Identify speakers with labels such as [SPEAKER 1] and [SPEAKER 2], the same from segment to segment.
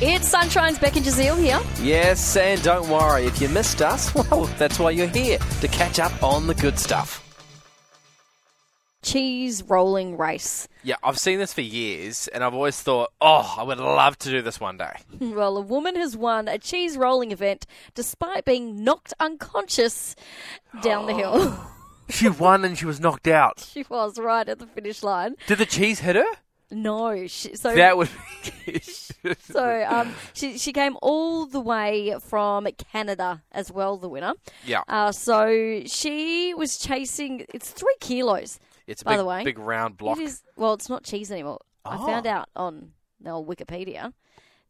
[SPEAKER 1] It's Sunshine's Becky Jazeel here.
[SPEAKER 2] Yes, and don't worry, if you missed us, well, that's why you're here, to catch up on the good stuff.
[SPEAKER 1] Cheese rolling race.
[SPEAKER 2] Yeah, I've seen this for years, and I've always thought, oh, I would love to do this one day.
[SPEAKER 1] Well, a woman has won a cheese rolling event despite being knocked unconscious down the hill.
[SPEAKER 2] She won and she was knocked out.
[SPEAKER 1] she was right at the finish line.
[SPEAKER 2] Did the cheese hit her?
[SPEAKER 1] No, she, so
[SPEAKER 2] That would
[SPEAKER 1] so um, she she came all the way from Canada as well. The winner.
[SPEAKER 2] Yeah.
[SPEAKER 1] Uh, so she was chasing. It's three kilos.
[SPEAKER 2] It's a
[SPEAKER 1] By
[SPEAKER 2] big,
[SPEAKER 1] the way,
[SPEAKER 2] big round block.
[SPEAKER 1] It is well, it's not cheese anymore. I found
[SPEAKER 2] Oh.
[SPEAKER 1] out on the old Wikipedia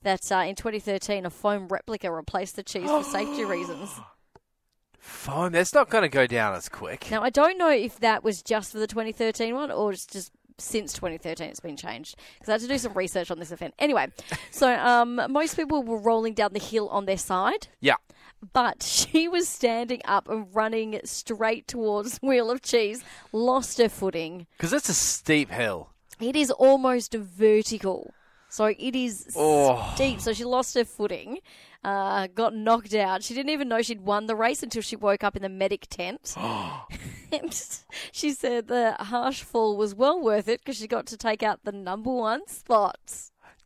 [SPEAKER 1] that uh, in 2013 a foam replica replaced the cheese for safety reasons.
[SPEAKER 2] Foam, that's not going to go down as quick.
[SPEAKER 1] Now I don't know if that was just for the 2013 one or it's just since 2013 it's been changed because I had to do some research on this event. Anyway, so um, most people were rolling down the hill on their side.
[SPEAKER 2] Yeah.
[SPEAKER 1] But she was standing up and running straight towards Wheel of Cheese, lost her footing.
[SPEAKER 2] Because it's a steep hill.
[SPEAKER 1] It is almost vertical. So it is
[SPEAKER 2] Oh.
[SPEAKER 1] steep. So she lost her footing, uh, got knocked out. She didn't even know she'd won the race until she woke up in the medic tent. And she said the harsh fall was well worth it because she got to take out the number one spot.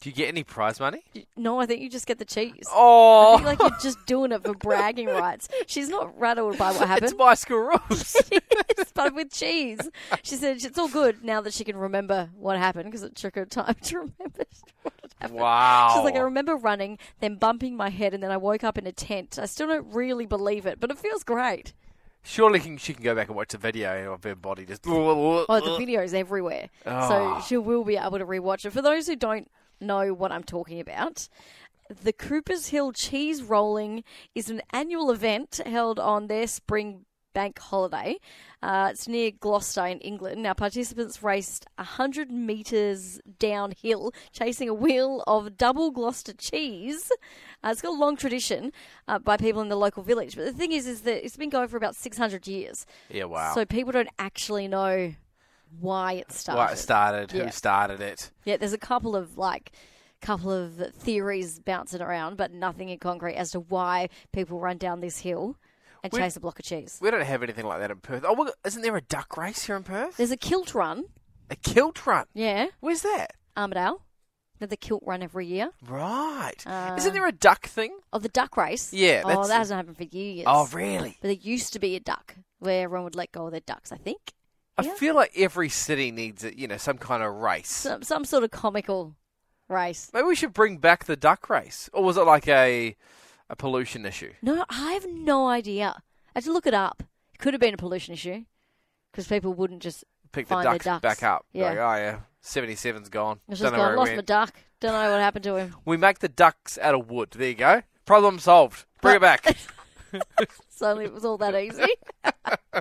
[SPEAKER 2] Do you get any prize money?
[SPEAKER 1] No, I think you just get the cheese. I
[SPEAKER 2] Oh,
[SPEAKER 1] think, like you're just doing it for bragging rights. She's not rattled by what happened.
[SPEAKER 2] it's my school rules.
[SPEAKER 1] but with cheese. She said it's all good now that she can remember what happened because it took her time to remember what had happened.
[SPEAKER 2] wow.
[SPEAKER 1] She's like, I remember running, then bumping my head, and then I woke up in a tent. I still don't really believe it, but it feels great.
[SPEAKER 2] Surely can, she can go back and watch the video of her body just.
[SPEAKER 1] Oh,
[SPEAKER 2] Uh,
[SPEAKER 1] the video's everywhere. So she will be able to rewatch it. For those who don't know what I'm talking about, the Coopers Hill Cheese Rolling is an annual event held on their spring bank holiday. Uh, it's near Gloucester in England. Now, participants raced 100 metres downhill, chasing a wheel of double Gloucester cheese. Uh, it's got a long tradition uh, by people in the local village. But the thing is, is that it's been going for about 600 years.
[SPEAKER 2] Yeah, wow.
[SPEAKER 1] So people don't actually know why it started.
[SPEAKER 2] Why it started,
[SPEAKER 1] Yeah.
[SPEAKER 2] who started it.
[SPEAKER 1] Yeah, there's a couple of like couple of theories bouncing around, but nothing in concrete as to why people run down this hill and
[SPEAKER 2] We-
[SPEAKER 1] chase a block of cheese.
[SPEAKER 2] We don't have anything like that in Perth. Oh, well, isn't there a duck race here in Perth?
[SPEAKER 1] There's a kilt run,
[SPEAKER 2] A kilt run.
[SPEAKER 1] yeah,
[SPEAKER 2] Where's that?
[SPEAKER 1] Armadale. They have the kilt run every year.
[SPEAKER 2] Right.
[SPEAKER 1] Uh,
[SPEAKER 2] isn't there a duck thing?
[SPEAKER 1] Oh, the duck race.
[SPEAKER 2] Yeah,
[SPEAKER 1] Oh,
[SPEAKER 2] that's-
[SPEAKER 1] that hasn't happened for years.
[SPEAKER 2] Oh, really?
[SPEAKER 1] But there used to be a duck where everyone would let go of their ducks. I think
[SPEAKER 2] I
[SPEAKER 1] Yeah.
[SPEAKER 2] feel like every city needs, a, you know, some kind of race.
[SPEAKER 1] some some sort of comical race.
[SPEAKER 2] Maybe we should bring back the duck race, or was it like a a pollution issue?
[SPEAKER 1] No, I have no idea. I had to look it up. It could have been a pollution issue because people wouldn't just
[SPEAKER 2] Pick
[SPEAKER 1] Find
[SPEAKER 2] the
[SPEAKER 1] the
[SPEAKER 2] ducks,
[SPEAKER 1] ducks.
[SPEAKER 2] back up.
[SPEAKER 1] Yeah.
[SPEAKER 2] Like, oh yeah, seventy seven's gone.
[SPEAKER 1] it's just
[SPEAKER 2] Don't know
[SPEAKER 1] go,
[SPEAKER 2] where it
[SPEAKER 1] lost my
[SPEAKER 2] went."
[SPEAKER 1] duck. Don't know what happened to him.
[SPEAKER 2] We make the ducks out of wood. There you go. Problem solved. Bring it back.
[SPEAKER 1] So it was all that easy.